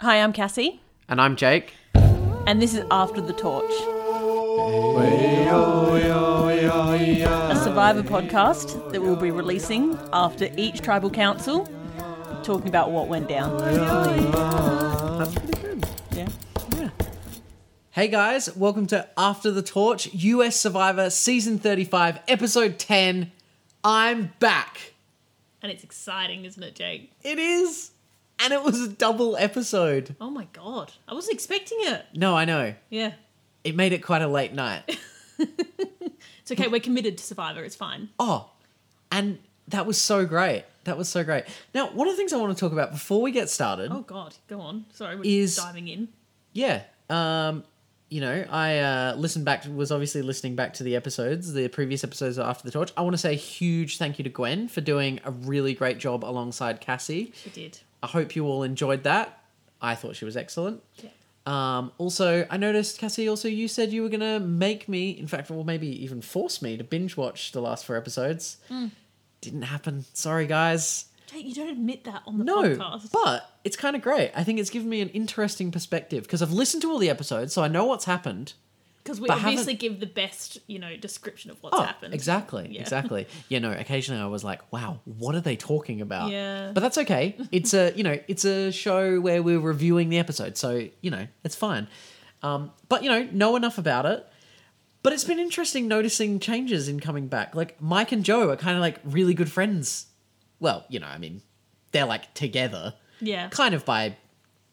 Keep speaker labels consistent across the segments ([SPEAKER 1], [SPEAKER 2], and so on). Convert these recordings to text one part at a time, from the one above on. [SPEAKER 1] Hi, I'm Cassie,
[SPEAKER 2] And I'm Jake.
[SPEAKER 1] and this is After the Torch. A survivor podcast that we'll be releasing after each tribal council, talking about what went down.
[SPEAKER 2] That's pretty good.
[SPEAKER 1] Yeah.
[SPEAKER 2] Hey guys, welcome to After the Torch US Survivor Season 35, Episode 10. I'm back.
[SPEAKER 3] And it's exciting, isn't it, Jake?
[SPEAKER 2] It is. And it was a double episode.
[SPEAKER 3] Oh my god. I wasn't expecting it.
[SPEAKER 2] No, I know.
[SPEAKER 3] Yeah.
[SPEAKER 2] It made it quite a late night.
[SPEAKER 3] It's okay, we're committed to Survivor, it's fine.
[SPEAKER 2] Oh, and that was so great. That was so great. Now, one of the things I want to talk about before we get started
[SPEAKER 3] Oh god, go on. Sorry, we're
[SPEAKER 2] Is-
[SPEAKER 3] diving in.
[SPEAKER 2] Yeah. Um, you know, I uh, listened back, was obviously listening back to the episodes, the previous episodes of After the Torch. I want to say a huge thank you to Gwen for doing a really great job alongside Cassie.
[SPEAKER 3] We did.
[SPEAKER 2] I hope you all enjoyed that. I thought she was excellent.
[SPEAKER 3] Yeah.
[SPEAKER 2] Um, also, I noticed, Cassie, also you said you were going to make me, in fact, well, maybe even force me to binge watch the last four episodes. Didn't happen. Sorry, guys.
[SPEAKER 3] Jake, you don't admit that on the
[SPEAKER 2] No,
[SPEAKER 3] podcast.
[SPEAKER 2] but it's kind of great. I think it's given me an interesting perspective because I've listened to all the episodes, so I know what's happened.
[SPEAKER 3] Because we
[SPEAKER 2] but
[SPEAKER 3] obviously give the best, you know, description of what's
[SPEAKER 2] oh,
[SPEAKER 3] happened.
[SPEAKER 2] exactly,
[SPEAKER 3] Yeah.
[SPEAKER 2] exactly. Yeah, no. Occasionally, I was like, "Wow, what are they talking about?"
[SPEAKER 3] Yeah.
[SPEAKER 2] but that's okay. It's a you know, it's a show where we're reviewing the episode, so you know, it's fine. Um, but you know, know enough about it. But it's been interesting noticing changes in coming back. Like Mike and Joe are kind of like really good friends. Well, you know, I mean, they're like together.
[SPEAKER 3] Yeah.
[SPEAKER 2] kind of by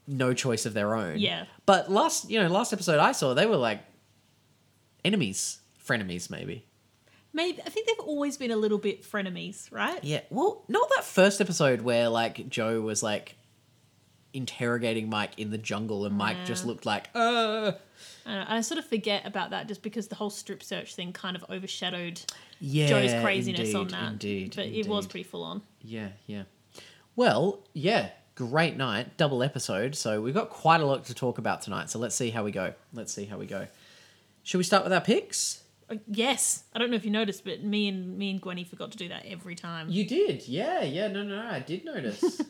[SPEAKER 2] no choice of their own.
[SPEAKER 3] Yeah.
[SPEAKER 2] But last, you know, last episode I saw, they were like enemies, frenemies, maybe.
[SPEAKER 3] Maybe I think they've always been a little bit frenemies, right?
[SPEAKER 2] Yeah. Well, not that first episode where like Joe was like interrogating Mike in the jungle, and Mike
[SPEAKER 3] Yeah.
[SPEAKER 2] just looked like, uh,
[SPEAKER 3] I, don't know, I sort of forget about that just because the whole strip search thing kind of overshadowed
[SPEAKER 2] yeah,
[SPEAKER 3] Joe's craziness on
[SPEAKER 2] indeed,
[SPEAKER 3] that.
[SPEAKER 2] Indeed,
[SPEAKER 3] but it was
[SPEAKER 2] indeed.
[SPEAKER 3] pretty full on.
[SPEAKER 2] Yeah, yeah. Well, yeah, great night, double episode. So we've got quite a lot to talk about tonight. So let's see how we go. Let's see how we go. Should we start with our picks?
[SPEAKER 3] Uh, Yes, I don't know if you noticed, but me and me and Gwenny forgot to do that every time.
[SPEAKER 2] You did, yeah, yeah. No, no, no I did notice,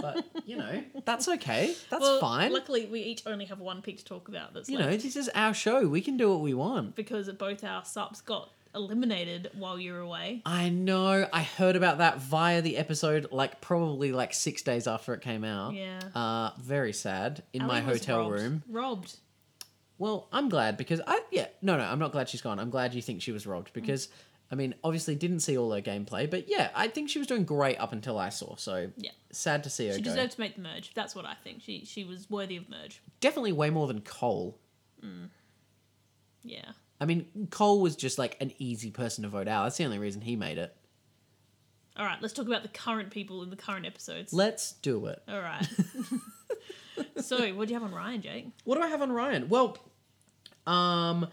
[SPEAKER 2] but you know that's okay. That's
[SPEAKER 3] Well,
[SPEAKER 2] fine.
[SPEAKER 3] Luckily, we each only have one pick to talk about. That's
[SPEAKER 2] you
[SPEAKER 3] left
[SPEAKER 2] know, this is our show. We can do what we want.
[SPEAKER 3] because both our subs got eliminated while you were away.
[SPEAKER 2] I know. I heard about that via the episode, like probably like six days after it came out.
[SPEAKER 3] Yeah.
[SPEAKER 2] Uh, very sad in my
[SPEAKER 3] Ali was
[SPEAKER 2] hotel
[SPEAKER 3] robbed.
[SPEAKER 2] room.
[SPEAKER 3] Robbed.
[SPEAKER 2] Well, I'm glad because I yeah no no I'm not glad she's gone. I'm glad you think she was
[SPEAKER 3] Mm.
[SPEAKER 2] robbed because I mean obviously didn't see all her gameplay, but yeah I think she was doing great up until I saw. So
[SPEAKER 3] Yeah.
[SPEAKER 2] sad to see her
[SPEAKER 3] She
[SPEAKER 2] go.
[SPEAKER 3] deserved to make the merge. That's what I think. She she was worthy of merge.
[SPEAKER 2] Definitely way more than Cole.
[SPEAKER 3] Yeah.
[SPEAKER 2] I mean, Cole was just like an easy person to vote out. That's the only reason he made it.
[SPEAKER 3] All right, let's talk about the current people in the current episodes.
[SPEAKER 2] Let's do it.
[SPEAKER 3] All right. so, what do you have on Ryan, Jake?
[SPEAKER 2] What do I have on Ryan? Well, um,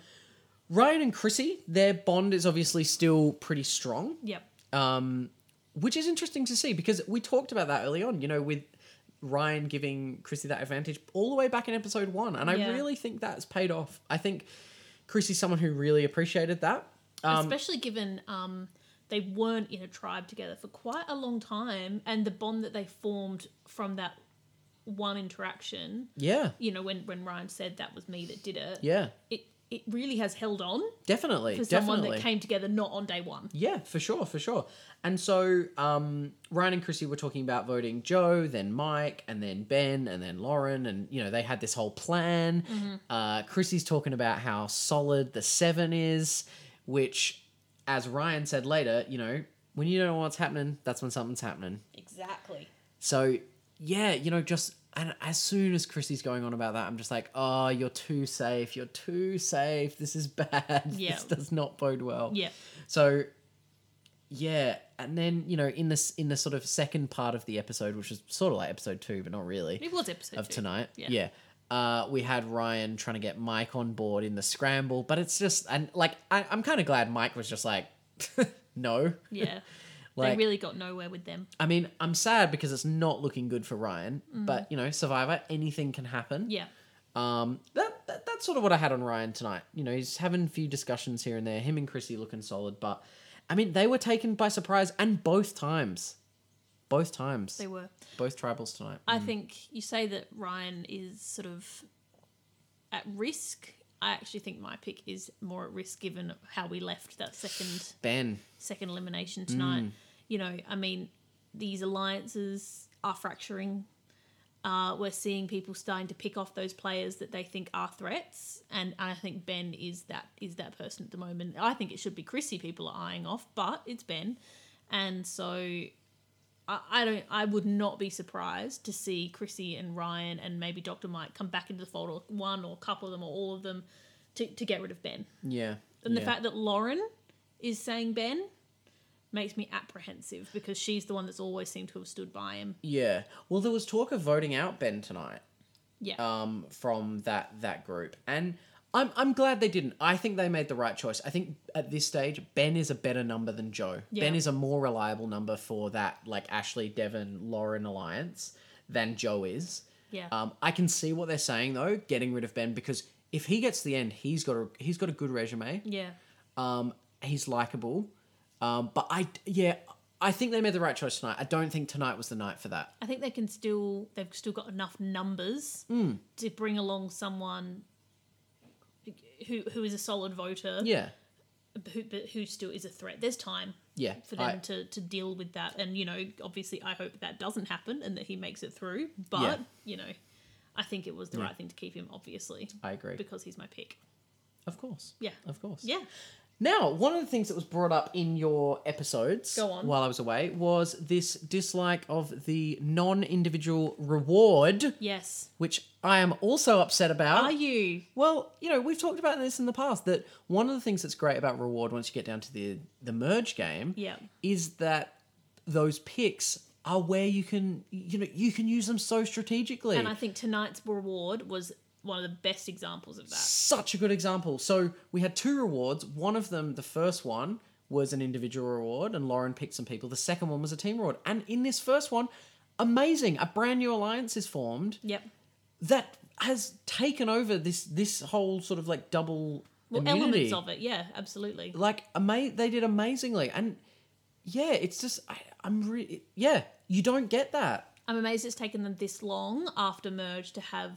[SPEAKER 2] Ryan and Chrissy, their bond is obviously still pretty strong.
[SPEAKER 3] Yep.
[SPEAKER 2] um, which is interesting to see because we talked about that early on. You know, with Ryan giving Chrissy that advantage all the way back in episode one, and I
[SPEAKER 3] Yeah.
[SPEAKER 2] really think that's paid off. I think Chrissy's someone who really appreciated that. Um,
[SPEAKER 3] Especially given um, they weren't in a tribe together for quite a long time, and the bond that they formed from that one interaction.
[SPEAKER 2] yeah,
[SPEAKER 3] You know, when when Ryan said that was me that did it.
[SPEAKER 2] yeah,
[SPEAKER 3] It it really has held on
[SPEAKER 2] definitely,
[SPEAKER 3] for someone
[SPEAKER 2] definitely.
[SPEAKER 3] that came together not on day one.
[SPEAKER 2] Yeah, for sure, for sure. And so um, Ryan and Chrissy were talking about voting Joe, then Mike, and then Ben, and then Lauren, and you know they had this whole plan.
[SPEAKER 3] Mm-hmm.
[SPEAKER 2] Uh, Chrissy's talking about how solid the seven is, which, as Ryan said later, you know when you don't know what's happening, that's when something's happening.
[SPEAKER 3] Exactly.
[SPEAKER 2] So yeah, you know just. And as soon as Chrissy's going on about that, I'm just like, oh, you're too safe. You're too safe. This is bad.
[SPEAKER 3] Yeah.
[SPEAKER 2] This does not bode well.
[SPEAKER 3] Yeah.
[SPEAKER 2] So yeah, and then you know in this in the sort of second part of the episode, which was sort of like episode two, but not really
[SPEAKER 3] It was episode
[SPEAKER 2] of
[SPEAKER 3] two.
[SPEAKER 2] tonight.
[SPEAKER 3] Yeah.
[SPEAKER 2] Yeah. Uh, we had Ryan trying to get Mike on board in the scramble, but it's just and like I, I'm kind of glad Mike was just like, no.
[SPEAKER 3] Yeah.
[SPEAKER 2] Like-
[SPEAKER 3] they really got nowhere with them.
[SPEAKER 2] I mean, I'm sad because it's not looking good for Ryan, but you know, Survivor, anything can happen.
[SPEAKER 3] Yeah.
[SPEAKER 2] Um, that, that that's sort of what I had on Ryan tonight. You know, he's having a few discussions here and there. Him and Chrissy looking solid, but I mean, they were taken by surprise and both times. Both times.
[SPEAKER 3] They were.
[SPEAKER 2] Both tribals tonight.
[SPEAKER 3] I think you say that Ryan is sort of at risk. I actually think my pick is more at risk given how we left that second
[SPEAKER 2] Ben.
[SPEAKER 3] second elimination tonight. You know, I mean, these alliances are fracturing. Uh, we're seeing people starting to pick off those players that they think are threats, and I think Ben is that is that person at the moment. I think it should be Chrissy people are eyeing off, but it's Ben, and so I, I don't. I would not be surprised to see Chrissy and Ryan and maybe Doctor Mike come back into the fold, or one or a couple of them or all of them, to to get rid of Ben.
[SPEAKER 2] Yeah.
[SPEAKER 3] And the
[SPEAKER 2] yeah.
[SPEAKER 3] fact that Lauren is saying Ben makes me apprehensive because she's the one that's always seemed to have stood by him.
[SPEAKER 2] Yeah. Well, there was talk of voting out Ben tonight.
[SPEAKER 3] Yeah.
[SPEAKER 2] um, from that that group, and I'm I'm glad they didn't. I think they made the right choice. I think at this stage, Ben is a better number than Joe.
[SPEAKER 3] Yeah.
[SPEAKER 2] Ben is a more reliable number for that like Ashley, Devon, Lauren alliance than Joe is.
[SPEAKER 3] yeah.
[SPEAKER 2] Um, I can see what they're saying though, getting rid of Ben because if he gets to the end, he's got a he's got a good resume.
[SPEAKER 3] yeah.
[SPEAKER 2] Um, he's likable, um, but I yeah. I think they made the right choice tonight. I don't think tonight was the night for that.
[SPEAKER 3] I think they can still they've still got enough numbers
[SPEAKER 2] Hmm.
[SPEAKER 3] to bring along someone who who is a solid voter
[SPEAKER 2] Yeah.
[SPEAKER 3] but who, but who still is a threat. There's time
[SPEAKER 2] Yeah.
[SPEAKER 3] for them
[SPEAKER 2] I-
[SPEAKER 3] to to deal with that and you know obviously I hope that doesn't happen and that he makes it through, but
[SPEAKER 2] Yeah.
[SPEAKER 3] you know I think it was the right thing to keep him obviously
[SPEAKER 2] I agree.
[SPEAKER 3] because he's my pick.
[SPEAKER 2] Of course.
[SPEAKER 3] Yeah.
[SPEAKER 2] Of course.
[SPEAKER 3] Yeah.
[SPEAKER 2] Now, one of the things that was brought up in your episodes
[SPEAKER 3] Go on.
[SPEAKER 2] while I was away was this dislike of the non individual reward,
[SPEAKER 3] Yes.
[SPEAKER 2] which I am also upset about.
[SPEAKER 3] Are you?
[SPEAKER 2] Well, you know, we've talked about this in the past that one of the things that's great about reward once you get down to the, the merge game
[SPEAKER 3] Yeah.
[SPEAKER 2] is that those picks are where you can you know you can use them so strategically
[SPEAKER 3] And I think tonight's reward was one of the best examples of that.
[SPEAKER 2] such a good example. So we had two rewards. One of them, the first one, was an individual reward, and Lauren picked some people. The second one was a team reward. And in this first one, amazing, a brand new alliance is formed
[SPEAKER 3] Yep.
[SPEAKER 2] that has taken over this this whole sort of like double
[SPEAKER 3] Well,
[SPEAKER 2] immunity.
[SPEAKER 3] elements of it. Yeah, absolutely.
[SPEAKER 2] Like ama- they did amazingly, and yeah, it's just I, I'm really yeah. You don't get that.
[SPEAKER 3] I'm amazed it's taken them this long after merge to have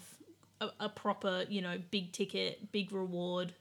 [SPEAKER 3] a, a proper, you know, big ticket, big reward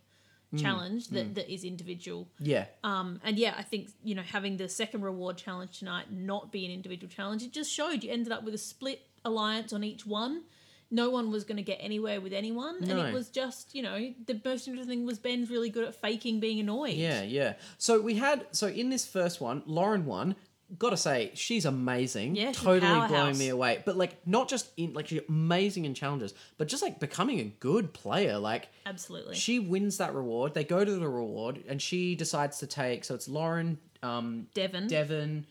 [SPEAKER 3] challenge that, that is individual.
[SPEAKER 2] Yeah,
[SPEAKER 3] Um, and yeah, I think you know having the second reward challenge tonight not be an individual challenge, it just showed you ended up with a split alliance on each one. No one was going to get anywhere with anyone, and
[SPEAKER 2] No.
[SPEAKER 3] it was just you know the most interesting thing was Ben's really good at faking being annoyed.
[SPEAKER 2] Yeah, yeah. So we had so in this first one, Lauren won. Gotta say, she's amazing.
[SPEAKER 3] Yeah, she's a
[SPEAKER 2] totally blowing
[SPEAKER 3] powerhouse.
[SPEAKER 2] me away. But like, not just in like she's amazing in challenges, but just like becoming a good player. Like
[SPEAKER 3] absolutely.
[SPEAKER 2] she wins that reward. They go to the reward, and she decides to take. So it's Lauren, um,
[SPEAKER 3] Devon,
[SPEAKER 2] Devon,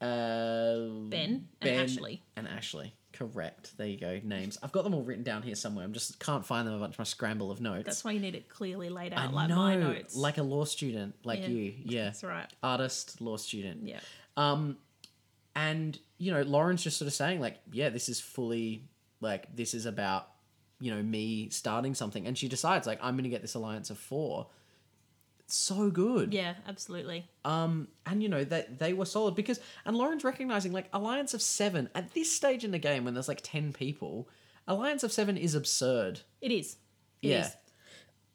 [SPEAKER 2] uh,
[SPEAKER 3] Ben, Hmm? and Ashley.
[SPEAKER 2] and Ashley. Correct. There you go. Names. I've got them all written down here somewhere. I'm just can't find them a bunch of my scramble of notes.
[SPEAKER 3] that's why you need it clearly laid
[SPEAKER 2] I
[SPEAKER 3] out like
[SPEAKER 2] know,
[SPEAKER 3] my notes.
[SPEAKER 2] like a law student, like
[SPEAKER 3] Yeah.
[SPEAKER 2] you. Yeah,
[SPEAKER 3] that's right.
[SPEAKER 2] artist, law student.
[SPEAKER 3] Yeah,
[SPEAKER 2] And, you know, Lauren's just sort of saying, like, yeah, this is fully, like, this is about, you know, me starting something. And she decides, like, I'm going to get this alliance of four. So good.
[SPEAKER 3] yeah, absolutely.
[SPEAKER 2] Um, and you know that they were solid because and Lauren's recognizing like alliance of seven at this stage in the game when there's like ten people, alliance of seven is absurd.
[SPEAKER 3] It is. It
[SPEAKER 2] Yeah.
[SPEAKER 3] is.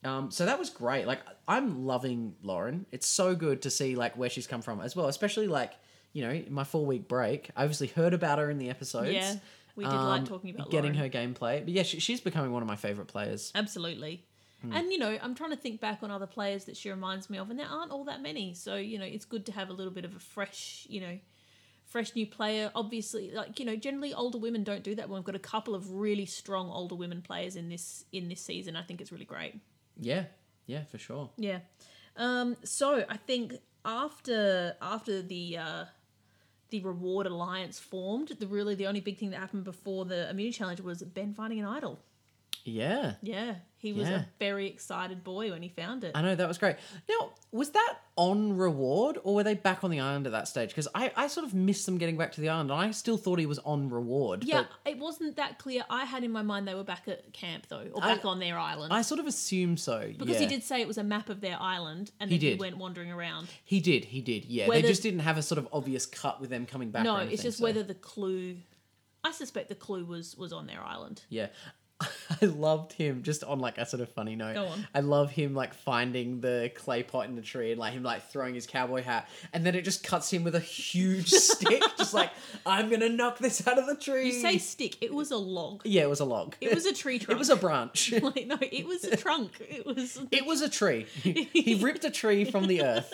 [SPEAKER 2] Um, so that was great. Like I'm loving Lauren. It's so good to see like where she's come from as well, especially like you know in my four week break. I obviously heard about her in the episodes. Um,
[SPEAKER 3] Yeah, we did like talking about
[SPEAKER 2] getting
[SPEAKER 3] Lauren.
[SPEAKER 2] her gameplay. But yeah, she, she's becoming one of my favorite players.
[SPEAKER 3] Absolutely. And you know, I'm trying to think back on other players that she reminds me of, and there aren't all that many. So you know, it's good to have a little bit of a fresh, you know, fresh new player. Obviously, like you know, generally older women don't do that. But we've got a couple of really strong older women players in this in this season. I think it's really great.
[SPEAKER 2] Yeah, yeah, for sure.
[SPEAKER 3] Yeah. Um, so I think after after the uh, the reward alliance formed, the really the only big thing that happened before the immunity challenge was Ben finding an idol.
[SPEAKER 2] Yeah.
[SPEAKER 3] Yeah, he was
[SPEAKER 2] Yeah.
[SPEAKER 3] a very excited boy when he found it.
[SPEAKER 2] I know that was great. Now, was that on reward or were they back on the island at that stage? Because I, I sort of missed them getting back to the island. and I still thought he was on reward.
[SPEAKER 3] yeah,
[SPEAKER 2] but
[SPEAKER 3] it wasn't that clear. I had in my mind they were back at camp though, or
[SPEAKER 2] I-
[SPEAKER 3] back on their island.
[SPEAKER 2] I sort of assume so.
[SPEAKER 3] because
[SPEAKER 2] yeah.
[SPEAKER 3] he did say it was a map of their island and
[SPEAKER 2] He
[SPEAKER 3] then he,
[SPEAKER 2] did.
[SPEAKER 3] went wandering around.
[SPEAKER 2] He did. He did. Yeah.
[SPEAKER 3] Whether-
[SPEAKER 2] They just didn't have a sort of obvious cut with them coming back. or
[SPEAKER 3] no, it's
[SPEAKER 2] anything,
[SPEAKER 3] just
[SPEAKER 2] so-
[SPEAKER 3] whether the clue I suspect the clue was was on their island.
[SPEAKER 2] Yeah. I loved him just on like a sort of funny note.
[SPEAKER 3] Go on.
[SPEAKER 2] I love him like finding the clay pot in the tree and like him like throwing his cowboy hat and then it just cuts him with a huge stick, just like, I'm gonna knock this out of the tree.
[SPEAKER 3] You say stick, it was a log.
[SPEAKER 2] Yeah, it was a log.
[SPEAKER 3] It was a tree trunk.
[SPEAKER 2] Mm. It was a branch.
[SPEAKER 3] like, no, it was a trunk. It was
[SPEAKER 2] It was a tree. he ripped a tree from the earth.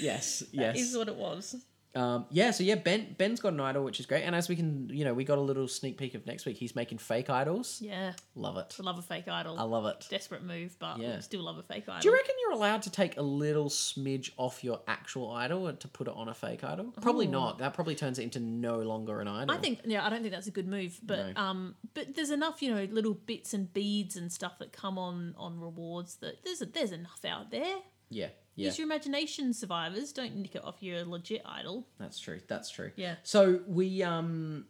[SPEAKER 2] yes, yes.
[SPEAKER 3] is what it was.
[SPEAKER 2] Um, yeah, so yeah, Ben Ben's got an idol, which is great. And as we can, you know, we got a little sneak peek of next week. He's making fake idols.
[SPEAKER 3] Yeah.
[SPEAKER 2] Love it.
[SPEAKER 3] To love a fake idol.
[SPEAKER 2] I love it.
[SPEAKER 3] Desperate move, but
[SPEAKER 2] Yeah.
[SPEAKER 3] still love a fake idol.
[SPEAKER 2] Do you reckon you're allowed to take a little smidge off your actual idol and to put it on a fake idol? Probably not. That probably turns it into no longer an idol.
[SPEAKER 3] I think yeah, I don't think that's a good move, but
[SPEAKER 2] No.
[SPEAKER 3] um, but there's enough you know little bits and beads and stuff that come on on rewards that there's there's enough out there.
[SPEAKER 2] Yeah. Yeah.
[SPEAKER 3] Use your imagination, survivors. Don't nick it off your legit idol.
[SPEAKER 2] That's true. That's true.
[SPEAKER 3] Yeah.
[SPEAKER 2] So we um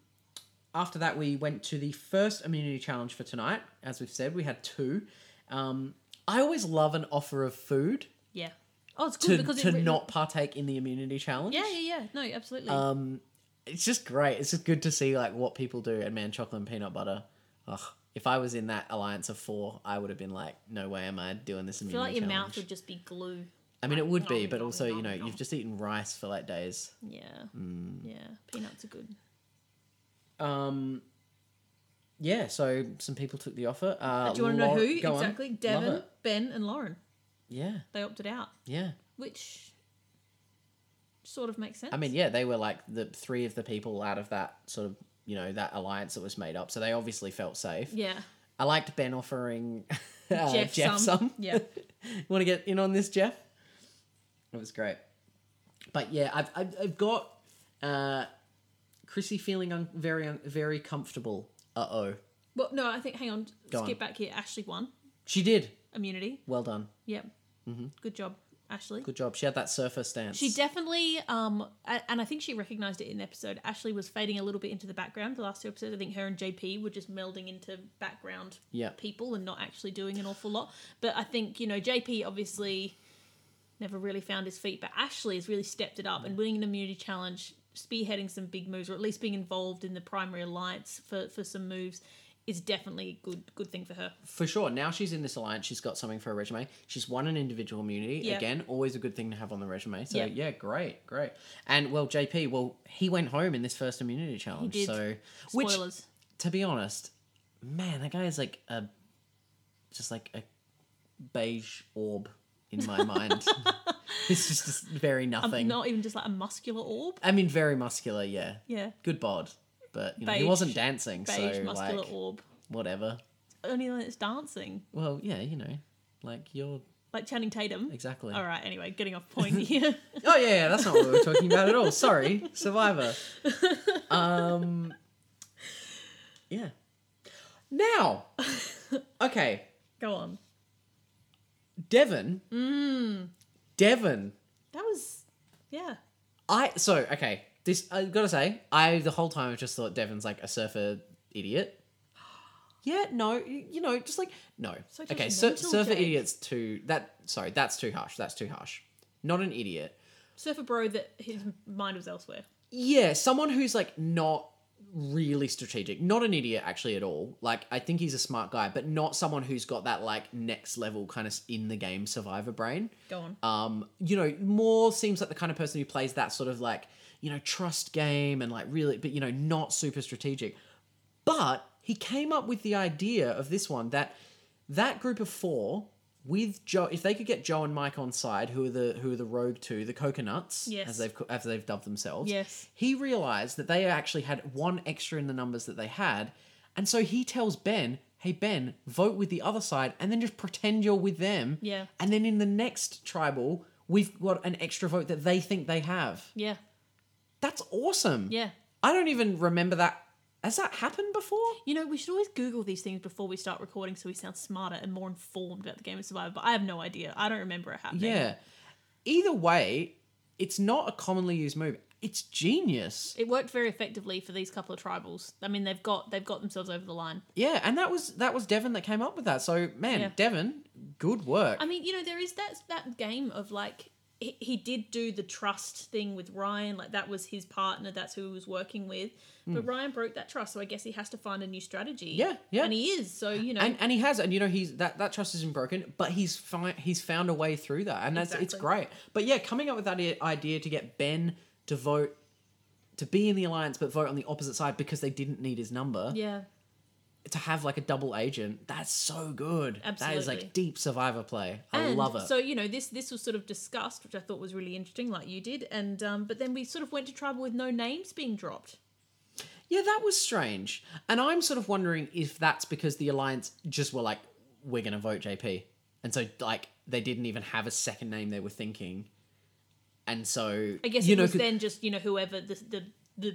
[SPEAKER 2] after that we went to the first immunity challenge for tonight. As we've said, we had two. Um I always love an offer of food
[SPEAKER 3] Yeah. Oh, it's
[SPEAKER 2] to
[SPEAKER 3] good because
[SPEAKER 2] to
[SPEAKER 3] it re-
[SPEAKER 2] not partake in the immunity challenge.
[SPEAKER 3] Yeah, yeah, yeah. No, absolutely.
[SPEAKER 2] Um it's just great. It's just good to see like what people do and man chocolate and peanut butter. Ugh. If I was in that alliance of four, I would have been like, no way am I doing this
[SPEAKER 3] I feel like
[SPEAKER 2] immunity
[SPEAKER 3] your
[SPEAKER 2] challenge.
[SPEAKER 3] mouth would just be glue.
[SPEAKER 2] I mean, it would be,
[SPEAKER 3] Nom,
[SPEAKER 2] but
[SPEAKER 3] nom,
[SPEAKER 2] also, you
[SPEAKER 3] nom,
[SPEAKER 2] know,
[SPEAKER 3] nom.
[SPEAKER 2] you've just eaten rice for like days.
[SPEAKER 3] Yeah.
[SPEAKER 2] Hmm.
[SPEAKER 3] Yeah. Peanuts are good.
[SPEAKER 2] Um, yeah, so some people took the offer. Uh,
[SPEAKER 3] Do you want to know
[SPEAKER 2] Lau-
[SPEAKER 3] who
[SPEAKER 2] go on.
[SPEAKER 3] exactly?
[SPEAKER 2] Love
[SPEAKER 3] Devon,
[SPEAKER 2] it.
[SPEAKER 3] Ben, and Lauren.
[SPEAKER 2] Yeah,
[SPEAKER 3] They opted out,
[SPEAKER 2] yeah.
[SPEAKER 3] which sort of makes sense.
[SPEAKER 2] I mean, yeah, they were like the three of the people out of that sort of, you know, that alliance that was made up. So they obviously felt safe.
[SPEAKER 3] yeah.
[SPEAKER 2] I liked Ben offering uh,
[SPEAKER 3] Jeff,
[SPEAKER 2] Jeff,
[SPEAKER 3] some.
[SPEAKER 2] some.
[SPEAKER 3] Yeah.
[SPEAKER 2] want to get in on this, Jeff? It was great. But yeah, I've, I've, I've got uh, Chrissy feeling un- very, un- very comfortable. Uh oh.
[SPEAKER 3] Well, no, I think, hang on,
[SPEAKER 2] Go
[SPEAKER 3] skip
[SPEAKER 2] on.
[SPEAKER 3] back here. Ashley won.
[SPEAKER 2] She did.
[SPEAKER 3] Immunity.
[SPEAKER 2] Well done.
[SPEAKER 3] Yep. Good job, Ashley.
[SPEAKER 2] Mm-hmm. Good job. She had that surfer stance.
[SPEAKER 3] She definitely, um, a- and I think she recognized it in the episode. Ashley was fading a little bit into the background. The last two episodes, I think her and JP were just melding into background
[SPEAKER 2] Yeah.
[SPEAKER 3] people and not actually doing an awful lot. But I think you know JP obviously never really found his feet, but Ashley has really stepped it up and winning an immunity challenge, spearheading some big moves, or at least being involved in the primary alliance for for some moves, is definitely a good good thing for her.
[SPEAKER 2] for sure. Now she's in this alliance. She's got something for her resume. She's won an individual immunity.
[SPEAKER 3] Yeah.
[SPEAKER 2] Again, always a good thing to have on the resume. So
[SPEAKER 3] Yeah.
[SPEAKER 2] yeah, great, great. And well, JP, well, he went home in this first immunity challenge.
[SPEAKER 3] did.
[SPEAKER 2] So which,
[SPEAKER 3] Spoilers.
[SPEAKER 2] to be honest, man, that guy is like a just like a beige orb in my mind. it's just this very nothing.
[SPEAKER 3] um, Not even just like a muscular orb.
[SPEAKER 2] I mean, very muscular. Yeah,
[SPEAKER 3] Yeah.
[SPEAKER 2] good bod, but you know, he
[SPEAKER 3] Beige-
[SPEAKER 2] wasn't dancing.
[SPEAKER 3] Beige
[SPEAKER 2] so
[SPEAKER 3] muscular
[SPEAKER 2] like,
[SPEAKER 3] orb.
[SPEAKER 2] whatever.
[SPEAKER 3] Only when it's dancing.
[SPEAKER 2] Well, yeah, you know, like you're
[SPEAKER 3] like Channing Tatum.
[SPEAKER 2] exactly.
[SPEAKER 3] All right. Anyway, getting off point here.
[SPEAKER 2] Oh yeah, yeah, that's not what we were talking about at all. Sorry, Survivor. Um, yeah. Now, okay,
[SPEAKER 3] Go on.
[SPEAKER 2] Devon. Mm. Devon.
[SPEAKER 3] That was, yeah.
[SPEAKER 2] I so okay. This I gotta say, I the whole time I just thought Devon's like a surfer idiot. Yeah, no, y- you know, just like no.
[SPEAKER 3] So
[SPEAKER 2] okay, sur-
[SPEAKER 3] judgmental,
[SPEAKER 2] surfer
[SPEAKER 3] Jake.
[SPEAKER 2] idiot's too. That sorry, that's too harsh. That's too harsh. Not an idiot.
[SPEAKER 3] Surfer bro that his mind was elsewhere.
[SPEAKER 2] Yeah, someone who's like not really strategic, not an idiot actually at all. Like I think he's a smart guy, but not someone who's got that like next level kind of in the game survivor brain.
[SPEAKER 3] Go on.
[SPEAKER 2] Um, you know, more seems like the kind of person who plays that sort of like you know trust game and like really, but you know, not super strategic. But he came up with the idea of this one that that group of four with Joe, if they could get Joe and Mike on side, who are the who are the rogue two, the coconuts,
[SPEAKER 3] Yes.
[SPEAKER 2] as they've co- as they've dubbed themselves.
[SPEAKER 3] Yes.
[SPEAKER 2] he realized that they actually had one extra in the numbers that they had, and so he tells Ben, "Hey Ben, vote with the other side, and then just pretend you're with them."
[SPEAKER 3] Yeah.
[SPEAKER 2] and then in the next tribal, we've got an extra vote that they think they have.
[SPEAKER 3] Yeah.
[SPEAKER 2] That's awesome.
[SPEAKER 3] Yeah.
[SPEAKER 2] I don't even remember that Has that happened before?
[SPEAKER 3] You know, we should always Google these things before we start recording so we sound smarter and more informed about the game of Survivor. But I have no idea. I don't remember it happening.
[SPEAKER 2] Yeah. Either way, it's not a commonly used move. It's genius.
[SPEAKER 3] It worked very effectively for these couple of tribals. I mean, they've got they've got themselves over the line.
[SPEAKER 2] Yeah, and that was that was Devon that came up with that. So man,
[SPEAKER 3] Yeah.
[SPEAKER 2] Devon, good work.
[SPEAKER 3] I mean, you know, there is that that game of like he, he did do the trust thing with Ryan, like that was his partner, that's who he was working with. But Ryan broke that trust, so I guess he has to find a new strategy.
[SPEAKER 2] Hmm. Yeah, yeah.
[SPEAKER 3] and he is. So you know,
[SPEAKER 2] and and he has, and you know he's that that trust isn't broken, but he's fi- he's found a way through that, and that's it's
[SPEAKER 3] Exactly.
[SPEAKER 2] great. But yeah, coming up with that i- idea to get Ben to vote to be in the alliance, but vote on the opposite side because they didn't need his number
[SPEAKER 3] yeah,
[SPEAKER 2] to have like a double agent. That's so good. That is
[SPEAKER 3] Absolutely.
[SPEAKER 2] like deep survivor play. I
[SPEAKER 3] and
[SPEAKER 2] love it.
[SPEAKER 3] So you know, this this was sort of discussed, which I thought was really interesting, like you did. And um, but then we sort of went to trouble with no names being dropped.
[SPEAKER 2] yeah, that was strange, and I'm sort of wondering if that's because the alliance just were like, we're gonna vote JP, and so like they didn't even have a second name they were thinking. And so
[SPEAKER 3] I guess
[SPEAKER 2] you
[SPEAKER 3] it
[SPEAKER 2] know,
[SPEAKER 3] was
[SPEAKER 2] 'cause-
[SPEAKER 3] then just you know whoever the the the.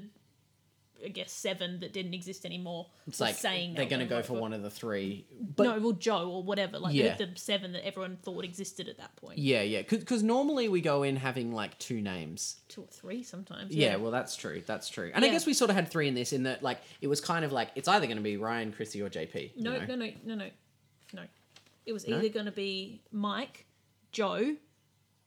[SPEAKER 3] I guess seven that didn't exist anymore.
[SPEAKER 2] It's like
[SPEAKER 3] saying
[SPEAKER 2] they're
[SPEAKER 3] going to
[SPEAKER 2] go for one of the three. But
[SPEAKER 3] no, well, Joe or whatever, like
[SPEAKER 2] Yeah.
[SPEAKER 3] the, the seven that everyone thought existed at that point.
[SPEAKER 2] yeah, yeah, because normally we go in having like two names.
[SPEAKER 3] Two or three sometimes.
[SPEAKER 2] Yeah, well, that's true. That's true. And I
[SPEAKER 3] Yeah.
[SPEAKER 2] guess we sort of had three in this, in that like it was kind of like it's either going to be Ryan, Chrissy, or JP. you
[SPEAKER 3] no,
[SPEAKER 2] know?
[SPEAKER 3] no, no, no, no, no. It was either going to be Mike, Joe,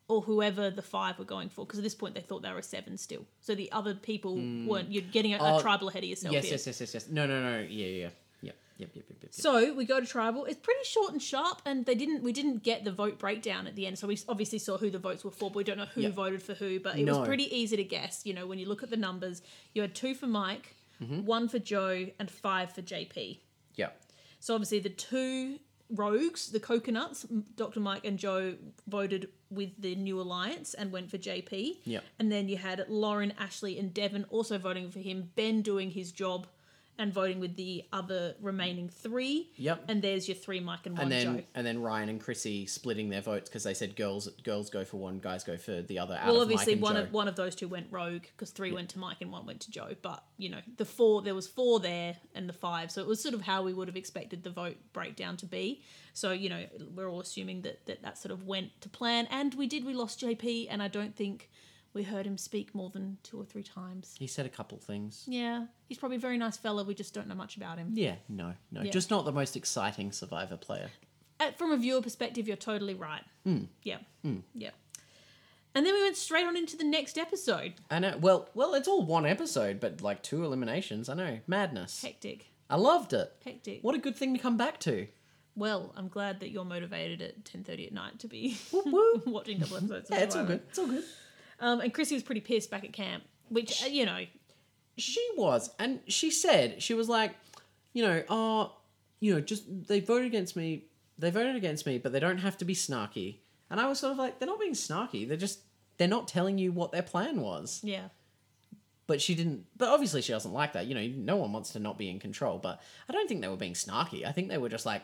[SPEAKER 3] or whoever the five were going for. Because at this point, they thought they were a seven still. So the other people weren't. You're getting a, a
[SPEAKER 2] Oh,
[SPEAKER 3] tribal ahead of yourself
[SPEAKER 2] Yes,
[SPEAKER 3] here.
[SPEAKER 2] yes, yes, yes, yes. No, no, no. Yeah, yeah, yeah. Yep, yep, yep, yep, yep. yep.
[SPEAKER 3] So we go to tribal. It's pretty short and sharp, and they didn't. We didn't get the vote breakdown at the end, so we obviously saw who the votes were for, but we don't know who
[SPEAKER 2] Yeah.
[SPEAKER 3] voted for who. But it
[SPEAKER 2] No.
[SPEAKER 3] was pretty easy to guess. You know, when you look at the numbers, you had two for Mike,
[SPEAKER 2] Mm-hmm.
[SPEAKER 3] one for Joe, and five for JP.
[SPEAKER 2] Yep.
[SPEAKER 3] So obviously the two rogues, the coconuts, M- Dr. Mike and Joe, voted with the new alliance and went for JP.
[SPEAKER 2] Yeah.
[SPEAKER 3] And then you had Lauren, Ashley, and Devon also voting for him. Ben doing his job and voting with the other remaining three.
[SPEAKER 2] Yep.
[SPEAKER 3] And there's your three Mike and one
[SPEAKER 2] And then
[SPEAKER 3] Joe.
[SPEAKER 2] and then Ryan and Chrissy splitting their votes because they said girls girls go for one, guys go for the other. Out
[SPEAKER 3] Well,
[SPEAKER 2] of Mike
[SPEAKER 3] obviously
[SPEAKER 2] and
[SPEAKER 3] one
[SPEAKER 2] Joe.
[SPEAKER 3] of one of those two went rogue because three went to Mike and one went to Joe. But you know the four there was four there and the five, so it was sort of how we would have expected the vote breakdown to be. So you know we're all assuming that that, that sort of went to plan, and we did. We lost JP, and I don't think we heard him speak more than two or three times.
[SPEAKER 2] He said a couple things.
[SPEAKER 3] Yeah, he's probably a very nice fella. We just don't know much about him.
[SPEAKER 2] Yeah, no, no,
[SPEAKER 3] Yeah.
[SPEAKER 2] just not the most exciting Survivor player.
[SPEAKER 3] Uh, from a viewer perspective, you're totally right.
[SPEAKER 2] Hmm.
[SPEAKER 3] Yeah, yeah. And then we went straight on into the next episode.
[SPEAKER 2] I know. Well, well, it's all one episode, but like two eliminations. I know. Madness.
[SPEAKER 3] Hectic,
[SPEAKER 2] I loved it.
[SPEAKER 3] hectic.
[SPEAKER 2] What a good thing to come back to.
[SPEAKER 3] Well, I'm glad that you're motivated at 10:30 at night to be
[SPEAKER 2] Whoop, whoop.
[SPEAKER 3] watching double episodes. of
[SPEAKER 2] yeah, it's all
[SPEAKER 3] Survivor.
[SPEAKER 2] good. It's all good.
[SPEAKER 3] Um, and Chrissy was pretty pissed back at camp, which uh, you know,
[SPEAKER 2] She was, and she said she was like, you know, oh, you know, just they voted against me. They voted against me, but they don't have to be snarky. And I was sort of like, they're not being snarky. They're just they're not telling you what their plan was.
[SPEAKER 3] yeah,
[SPEAKER 2] But she didn't. But obviously, she doesn't like that. You know, no one wants to not be in control. But I don't think they were being snarky. I think they were just like,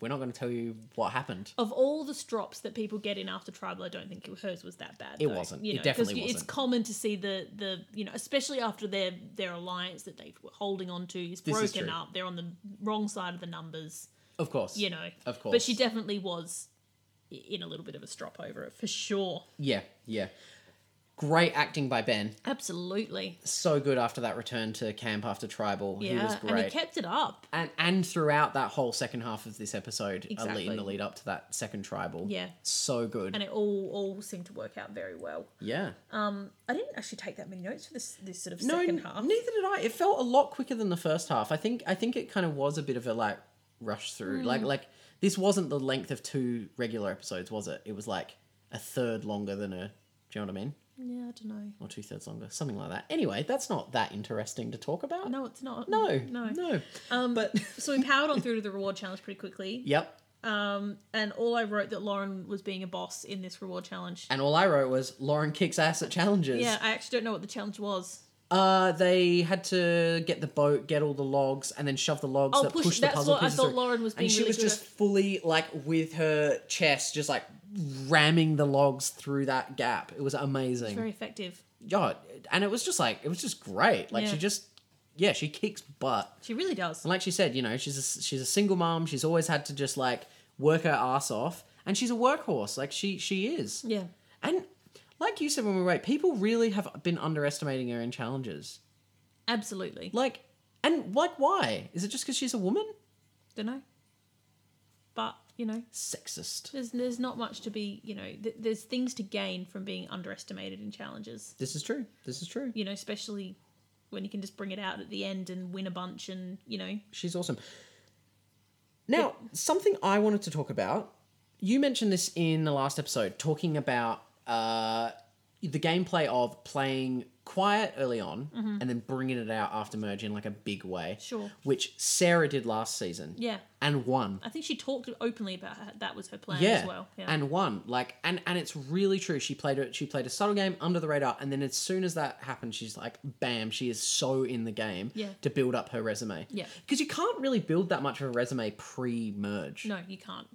[SPEAKER 2] we're not going to tell you what happened.
[SPEAKER 3] of all the strops that people get in after tribal, I don't think it- hers was that bad.
[SPEAKER 2] It
[SPEAKER 3] though,
[SPEAKER 2] wasn't.
[SPEAKER 3] You
[SPEAKER 2] It
[SPEAKER 3] know, 'cause
[SPEAKER 2] definitely
[SPEAKER 3] you- It's
[SPEAKER 2] wasn't.
[SPEAKER 3] common to see the the you know, especially after their their alliance that they were holding on to is
[SPEAKER 2] This
[SPEAKER 3] broken
[SPEAKER 2] is true.
[SPEAKER 3] up. They're on the wrong side of the numbers.
[SPEAKER 2] Of course.
[SPEAKER 3] You know,
[SPEAKER 2] Of
[SPEAKER 3] But
[SPEAKER 2] course.
[SPEAKER 3] she definitely was i- in a little bit of a strop over it for sure.
[SPEAKER 2] Yeah, yeah. Great acting by Ben.
[SPEAKER 3] Absolutely.
[SPEAKER 2] So good after that return to camp after tribal. He was
[SPEAKER 3] Yeah,
[SPEAKER 2] great.
[SPEAKER 3] and he kept it up.
[SPEAKER 2] and and throughout that whole second half of this episode, uh, le- in
[SPEAKER 3] Exactly.
[SPEAKER 2] the lead up to that second tribal,
[SPEAKER 3] Yeah.
[SPEAKER 2] so good.
[SPEAKER 3] and uh, it all all seemed to work out very well.
[SPEAKER 2] yeah,
[SPEAKER 3] I didn't actually take that many notes for this this sort of
[SPEAKER 2] no,
[SPEAKER 3] second
[SPEAKER 2] n-
[SPEAKER 3] half.
[SPEAKER 2] neither did I. It felt a lot quicker than the first half. I think I think it kind of was a bit of a like rush
[SPEAKER 3] Hmm.
[SPEAKER 2] through. Like like this wasn't the length of two regular episodes, was it? It was like a third longer than a. Do you know what I mean?
[SPEAKER 3] Yeah, I don't know.
[SPEAKER 2] Or two thirds longer, something like that. Anyway, that's not that interesting to talk about.
[SPEAKER 3] No, it's not.
[SPEAKER 2] no,
[SPEAKER 3] no.
[SPEAKER 2] no. Um, but
[SPEAKER 3] So we powered on through to the reward challenge pretty quickly,
[SPEAKER 2] yep.
[SPEAKER 3] and all I wrote that Lauren was being a boss in this reward challenge.
[SPEAKER 2] And all I wrote was Lauren kicks ass at challenges.
[SPEAKER 3] yeah, I actually don't know what the challenge was.
[SPEAKER 2] Uh, they had to get the boat, get all the logs, and then shove the logs
[SPEAKER 3] Oh,
[SPEAKER 2] that
[SPEAKER 3] push-
[SPEAKER 2] push, the
[SPEAKER 3] that's
[SPEAKER 2] puzzle
[SPEAKER 3] what I
[SPEAKER 2] pieces.
[SPEAKER 3] thought
[SPEAKER 2] through.
[SPEAKER 3] Lauren was being
[SPEAKER 2] and she
[SPEAKER 3] really
[SPEAKER 2] was
[SPEAKER 3] good
[SPEAKER 2] just
[SPEAKER 3] at.
[SPEAKER 2] fully like with her chest, just like ramming the logs through that gap. It was amazing.
[SPEAKER 3] Very effective.
[SPEAKER 2] yeah, and it was just like it was just great. Like
[SPEAKER 3] Yeah.
[SPEAKER 2] she just yeah, she kicks butt.
[SPEAKER 3] She really does.
[SPEAKER 2] And like she said, you know, she's a, she's a single mom. She's always had to just like work her ass off, and she's a workhorse. Like she she is.
[SPEAKER 3] Yeah.
[SPEAKER 2] And like you said when we were right, people really have been underestimating her in challenges.
[SPEAKER 3] Absolutely.
[SPEAKER 2] Like, and like why? Is it just because she's a woman?
[SPEAKER 3] Don't know. But, you know,
[SPEAKER 2] Sexist.
[SPEAKER 3] there's there's not much to be, you know, th- there's things to gain from being underestimated in challenges.
[SPEAKER 2] This is true. This is true.
[SPEAKER 3] You know, especially when you can just bring it out at the end and win a bunch and, you know,
[SPEAKER 2] She's awesome. Now, something I wanted to talk about. You mentioned this in the last episode, talking about uh, the gameplay of playing quiet early on and then bringing it out after merge in like a big way.
[SPEAKER 3] Mm-hmm. Sure.
[SPEAKER 2] Which Sarah did last season.
[SPEAKER 3] yeah.
[SPEAKER 2] And won.
[SPEAKER 3] I think she talked openly about how that was her plan
[SPEAKER 2] yeah.
[SPEAKER 3] as well. Yeah.
[SPEAKER 2] And won. Like and and it's really true. She played it she played a subtle game under the radar and then as soon as that happened she's like bam, she is so in the game
[SPEAKER 3] Yeah.
[SPEAKER 2] to build up her resume.
[SPEAKER 3] Yeah.
[SPEAKER 2] Cuz you can't really build that much of a resume pre-merge.
[SPEAKER 3] no, you can't.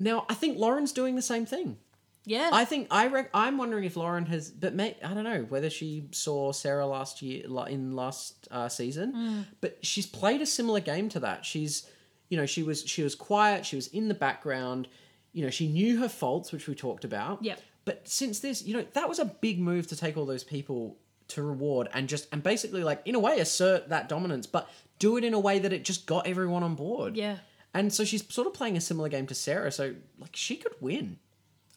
[SPEAKER 2] Now, I think Lauren's doing the same thing.
[SPEAKER 3] Yeah.
[SPEAKER 2] I think I rec- I'm wondering if Lauren has, but may- I don't know whether she saw Sarah last year la- in last uh, season,
[SPEAKER 3] Hmm.
[SPEAKER 2] but she's played a similar game to that. She's, you know, she was she was quiet, she was in the background, you know, she knew her faults, which we talked about.
[SPEAKER 3] Yep.
[SPEAKER 2] But since this, you know, that was a big move to take all those people to reward and just and basically like in a way assert that dominance, but do it in a way that it just got everyone on board.
[SPEAKER 3] yeah.
[SPEAKER 2] And so she's sort of playing a similar game to Sarah, so like she could win.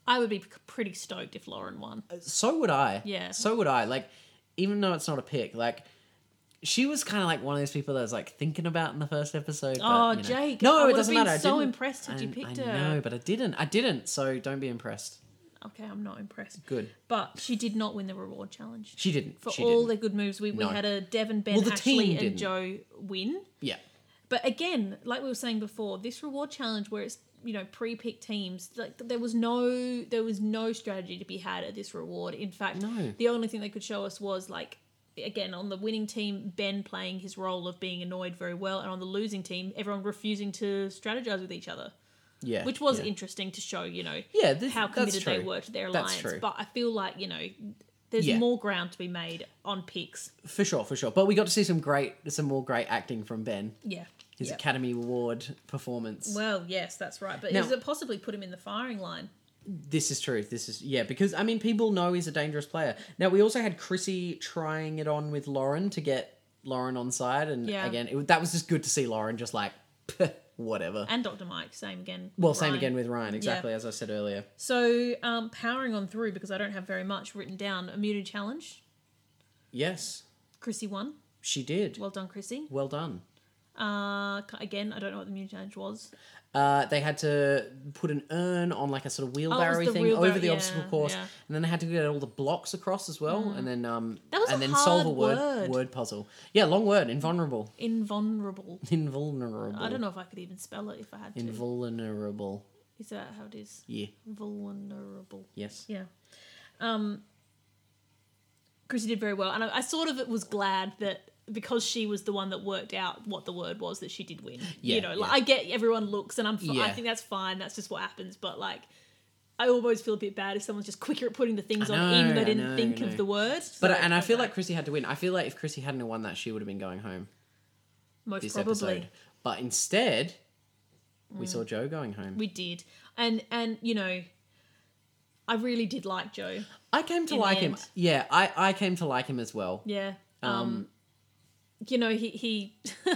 [SPEAKER 3] I would be pretty stoked if Lauren won.
[SPEAKER 2] So would I.
[SPEAKER 3] Yeah.
[SPEAKER 2] So would I. Like, even though it's not a pick, like she was kind of like one of those people that I was like thinking about in the first episode. but,
[SPEAKER 3] Oh,
[SPEAKER 2] you know.
[SPEAKER 3] Jake, I
[SPEAKER 2] No, it
[SPEAKER 3] would've
[SPEAKER 2] doesn't
[SPEAKER 3] been
[SPEAKER 2] matter. I
[SPEAKER 3] so
[SPEAKER 2] didn't-
[SPEAKER 3] impressed had you
[SPEAKER 2] I-
[SPEAKER 3] picked
[SPEAKER 2] I
[SPEAKER 3] her.
[SPEAKER 2] know, but I didn't. I didn't. So don't be impressed.
[SPEAKER 3] Okay, I'm not impressed.
[SPEAKER 2] Good.
[SPEAKER 3] But she did not win the reward challenge.
[SPEAKER 2] She didn't.
[SPEAKER 3] for
[SPEAKER 2] she
[SPEAKER 3] all
[SPEAKER 2] didn't.
[SPEAKER 3] the good moves. We,
[SPEAKER 2] No.
[SPEAKER 3] we had a Devon, Ben,
[SPEAKER 2] Well, the
[SPEAKER 3] Ashley,
[SPEAKER 2] team
[SPEAKER 3] and
[SPEAKER 2] didn't.
[SPEAKER 3] Joe win.
[SPEAKER 2] Yeah.
[SPEAKER 3] But again, like we were saying before, this reward challenge where it's you know pre-picked teams, like there was no there was no strategy to be had at this reward. In fact,
[SPEAKER 2] No.
[SPEAKER 3] the only thing they could show us was like again on the winning team, Ben playing his role of being annoyed very well, and on the losing team, everyone refusing to strategize with each other,
[SPEAKER 2] Yeah.
[SPEAKER 3] which was
[SPEAKER 2] yeah.
[SPEAKER 3] interesting to show. You know,
[SPEAKER 2] Yeah, this-
[SPEAKER 3] how
[SPEAKER 2] that's
[SPEAKER 3] committed they
[SPEAKER 2] true.
[SPEAKER 3] were to their
[SPEAKER 2] That's
[SPEAKER 3] alliance.
[SPEAKER 2] true.
[SPEAKER 3] But I feel like you know. There's
[SPEAKER 2] Yeah.
[SPEAKER 3] more ground to be made on picks.
[SPEAKER 2] for sure, for sure. But we got to see some great, some more great acting from Ben.
[SPEAKER 3] Yeah.
[SPEAKER 2] His
[SPEAKER 3] yeah.
[SPEAKER 2] Academy Award performance.
[SPEAKER 3] Well, yes, that's right. But
[SPEAKER 2] Now-
[SPEAKER 3] is it possibly put him in the firing line?
[SPEAKER 2] This is true. This is yeah, because I mean, people know he's a dangerous player. Now we also had Chrissy trying it on with Lauren to get Lauren on side, and
[SPEAKER 3] Yeah.
[SPEAKER 2] again, it, that was just good to see Lauren just like "Peh, whatever.
[SPEAKER 3] And Dr. Mike, same again.
[SPEAKER 2] well, same
[SPEAKER 3] Ryan.
[SPEAKER 2] again with Ryan, exactly as I said earlier.
[SPEAKER 3] So, um, powering on through because I don't have very much written down. Immunity challenge.
[SPEAKER 2] Yes,
[SPEAKER 3] Chrissy won.
[SPEAKER 2] she did. Well,
[SPEAKER 3] Well done, Chrissy.
[SPEAKER 2] done.
[SPEAKER 3] Uh, c- again, I don't know what the immunity challenge was.
[SPEAKER 2] Uh, they had to put an urn on like a sort of wheelbarrow
[SPEAKER 3] Oh, the
[SPEAKER 2] thing
[SPEAKER 3] wheelbarrow-
[SPEAKER 2] over the
[SPEAKER 3] yeah,
[SPEAKER 2] obstacle course,
[SPEAKER 3] yeah. Mm.
[SPEAKER 2] and then they had to get all the blocks across as well, and then um,
[SPEAKER 3] That was a
[SPEAKER 2] and then
[SPEAKER 3] hard
[SPEAKER 2] solve a word,
[SPEAKER 3] word.
[SPEAKER 2] word puzzle. Yeah, long word, invulnerable,
[SPEAKER 3] Invulnerable.
[SPEAKER 2] invulnerable.
[SPEAKER 3] I don't know if I could even spell it if I had to.
[SPEAKER 2] Invulnerable.
[SPEAKER 3] is that how it is?
[SPEAKER 2] Yeah.
[SPEAKER 3] Vulnerable.
[SPEAKER 2] Yes.
[SPEAKER 3] Yeah. Um, Chrissy did very well. And I, I sort of was glad that because she was the one that worked out what the word was that she did win. you
[SPEAKER 2] Yeah,
[SPEAKER 3] know, like
[SPEAKER 2] yeah.
[SPEAKER 3] I get everyone looks and I'm fi- I
[SPEAKER 2] Yeah.
[SPEAKER 3] think that's fine. That's just what happens. But like, I almost feel a bit bad if someone's just quicker at putting the things
[SPEAKER 2] I
[SPEAKER 3] on even
[SPEAKER 2] know,
[SPEAKER 3] though
[SPEAKER 2] I
[SPEAKER 3] they didn't
[SPEAKER 2] know,
[SPEAKER 3] think
[SPEAKER 2] I
[SPEAKER 3] of
[SPEAKER 2] know.
[SPEAKER 3] the word.
[SPEAKER 2] But
[SPEAKER 3] So,
[SPEAKER 2] and I feel
[SPEAKER 3] okay.
[SPEAKER 2] like Chrissy had to win. I feel like if Chrissy hadn't have won that, she would have been going home
[SPEAKER 3] most
[SPEAKER 2] this
[SPEAKER 3] probably Mm.
[SPEAKER 2] episode. But instead, we saw Joe going home.
[SPEAKER 3] we did. And and you know, I really did like Joe.
[SPEAKER 2] I came to
[SPEAKER 3] In the
[SPEAKER 2] like him.
[SPEAKER 3] end.
[SPEAKER 2] Yeah, I, I came to like him as well.
[SPEAKER 3] Yeah. Um, you know, he he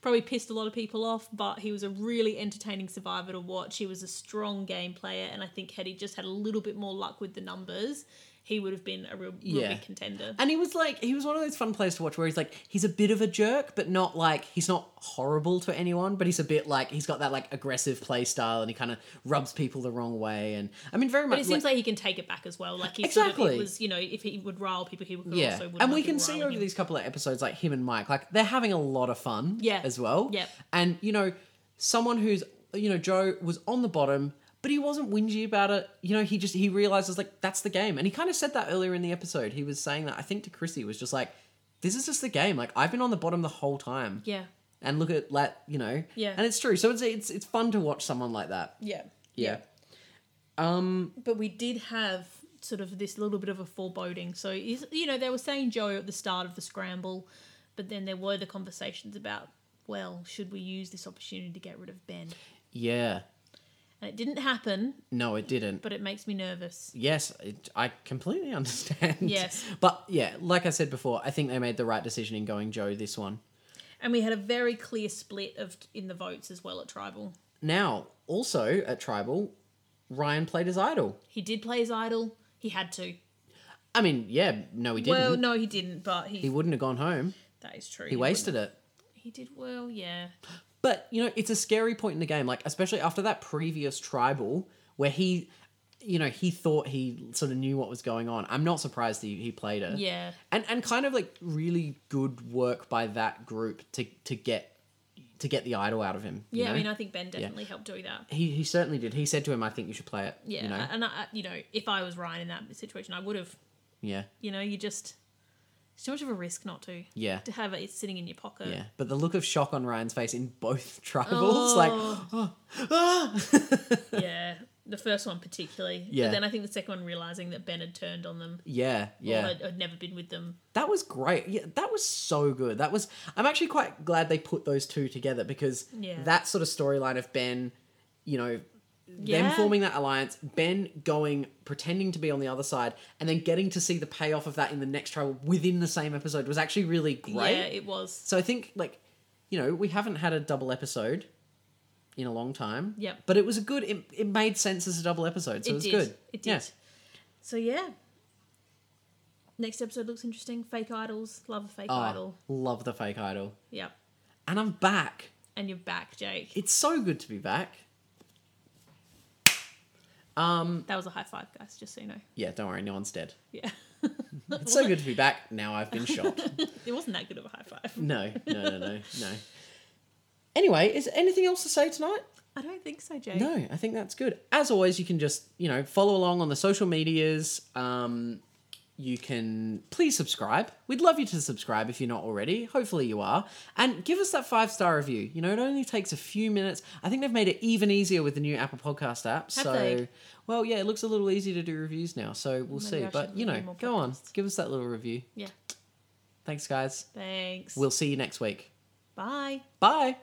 [SPEAKER 3] probably pissed a lot of people off, but he was a really entertaining survivor to watch. He was a strong game player, and I think had he just had a little bit more luck with the numbers, he would have been a real, real
[SPEAKER 2] Yeah.
[SPEAKER 3] big contender.
[SPEAKER 2] And he was like, he was one of those fun players to watch where he's like, he's a bit of a jerk, but not like, he's not horrible to anyone, but he's a bit like, he's got that like aggressive play style and he kind of rubs people the wrong way. And I mean, very much.
[SPEAKER 3] But it seems like he can take it back as well. Like he sort of,
[SPEAKER 2] Exactly.
[SPEAKER 3] it was, you know, if he would rile people, he would
[SPEAKER 2] yeah,
[SPEAKER 3] also. Would
[SPEAKER 2] and
[SPEAKER 3] let
[SPEAKER 2] we
[SPEAKER 3] people
[SPEAKER 2] can see
[SPEAKER 3] rile
[SPEAKER 2] over
[SPEAKER 3] him.
[SPEAKER 2] these couple of episodes, like him and Mike, like they're having a lot of fun.
[SPEAKER 3] Yeah.
[SPEAKER 2] as well.
[SPEAKER 3] Yep.
[SPEAKER 2] and you know, someone who's you know Joe was on the bottom, but he wasn't whingy about it. You know, he just he realizes like that's the game, and he kind of said that earlier in the episode. He was saying that I think to Chrissy was just like, this is just the game. Like I've been on the bottom the whole time.
[SPEAKER 3] Yeah.
[SPEAKER 2] and look at like you know.
[SPEAKER 3] Yeah.
[SPEAKER 2] and it's true. So it's it's it's fun to watch someone like that.
[SPEAKER 3] Yeah.
[SPEAKER 2] Yeah.
[SPEAKER 3] but we did have sort of this little bit of a foreboding. So is you know they were saying Joe at the start of the scramble But then there were the conversations about, well, should we use this opportunity to get rid of Ben?
[SPEAKER 2] Yeah.
[SPEAKER 3] And it didn't happen,
[SPEAKER 2] No, it didn't.
[SPEAKER 3] but it makes me nervous.
[SPEAKER 2] Yes, it, I completely understand.
[SPEAKER 3] Yes.
[SPEAKER 2] But yeah, like I said before, I think they made the right decision in going Joe this one.
[SPEAKER 3] And we had a very clear split of in the votes as well at tribal.
[SPEAKER 2] Now, also at Tribal, Ryan played his idol.
[SPEAKER 3] He did play his idol. He had to.
[SPEAKER 2] I mean, yeah, no, he didn't.
[SPEAKER 3] Well, no, he didn't, but he,
[SPEAKER 2] He wouldn't have gone home.
[SPEAKER 3] that is true.
[SPEAKER 2] He wasted it.
[SPEAKER 3] He did well, yeah.
[SPEAKER 2] But you know, it's a scary point in the game, like especially after that previous tribal where he, you know, he thought he sort of knew what was going on. I'm not surprised he, he played it.
[SPEAKER 3] Yeah.
[SPEAKER 2] and and kind of like really good work by that group to to get to get the idol out of him. you
[SPEAKER 3] Yeah, I
[SPEAKER 2] know?
[SPEAKER 3] mean, I think Ben definitely helped do that.
[SPEAKER 2] he he certainly did. He said to him, "I think you should play it."
[SPEAKER 3] Yeah,
[SPEAKER 2] you know,
[SPEAKER 3] and I, you know, if I was Ryan in that situation, I would have.
[SPEAKER 2] yeah,
[SPEAKER 3] You know, you just it's too much of a risk not to.
[SPEAKER 2] Yeah.
[SPEAKER 3] To have it sitting in your pocket.
[SPEAKER 2] yeah. But the look of shock on Ryan's face in both tribals, like, "Oh, ah!"
[SPEAKER 3] Yeah. The first one particularly.
[SPEAKER 2] Yeah.
[SPEAKER 3] But then I think the second one realizing that Ben had turned on them.
[SPEAKER 2] yeah, yeah.
[SPEAKER 3] Or had, had never been with them.
[SPEAKER 2] That was great. Yeah, that was so good. That was. I'm actually quite glad they put those two together because
[SPEAKER 3] Yeah.
[SPEAKER 2] that sort of storyline of Ben, you know, them
[SPEAKER 3] Yeah.
[SPEAKER 2] forming that alliance, Ben going pretending to be on the other side, and then getting to see the payoff of that in the next tribal within the same episode was actually really great.
[SPEAKER 3] Yeah, it was.
[SPEAKER 2] So I think like, you know, we haven't had a double episode in a long time.
[SPEAKER 3] Yep.
[SPEAKER 2] But it was a good. It, it made sense as a double episode, so it,
[SPEAKER 3] it
[SPEAKER 2] was
[SPEAKER 3] did.
[SPEAKER 2] good.
[SPEAKER 3] It did.
[SPEAKER 2] Yeah.
[SPEAKER 3] So yeah. Next episode looks interesting. Fake idols. Love a fake
[SPEAKER 2] Oh,
[SPEAKER 3] idol.
[SPEAKER 2] love the fake idol,
[SPEAKER 3] Yep.
[SPEAKER 2] and I'm back.
[SPEAKER 3] And you're back, Jake.
[SPEAKER 2] It's so good to be back. Mm.
[SPEAKER 3] That was a high five, guys, just so you know.
[SPEAKER 2] Yeah, don't worry, no one's dead.
[SPEAKER 3] Yeah.
[SPEAKER 2] It's so good to be back. Now I've been shot.
[SPEAKER 3] It wasn't that good of a high five.
[SPEAKER 2] No, no, no, no, no. Anyway, is there anything else to say tonight?
[SPEAKER 3] I don't think so, Jake.
[SPEAKER 2] No, I think that's good. As always, you can just, you know, follow along on the social medias. Um, you can please subscribe. We'd love you to subscribe if you're not already. Hopefully you are. And give us that five star review. You know, it only takes a few minutes. I think they've made it even easier with the new Apple Podcast app. so,
[SPEAKER 3] they?
[SPEAKER 2] well, yeah, it looks a little easy to do reviews now. So we'll
[SPEAKER 3] Maybe
[SPEAKER 2] see.
[SPEAKER 3] I
[SPEAKER 2] But,
[SPEAKER 3] should
[SPEAKER 2] you know,
[SPEAKER 3] review more
[SPEAKER 2] go on.
[SPEAKER 3] podcasts.
[SPEAKER 2] Give us that little review.
[SPEAKER 3] Yeah.
[SPEAKER 2] Thanks, guys.
[SPEAKER 3] Thanks.
[SPEAKER 2] We'll see you next week.
[SPEAKER 3] Bye.
[SPEAKER 2] Bye.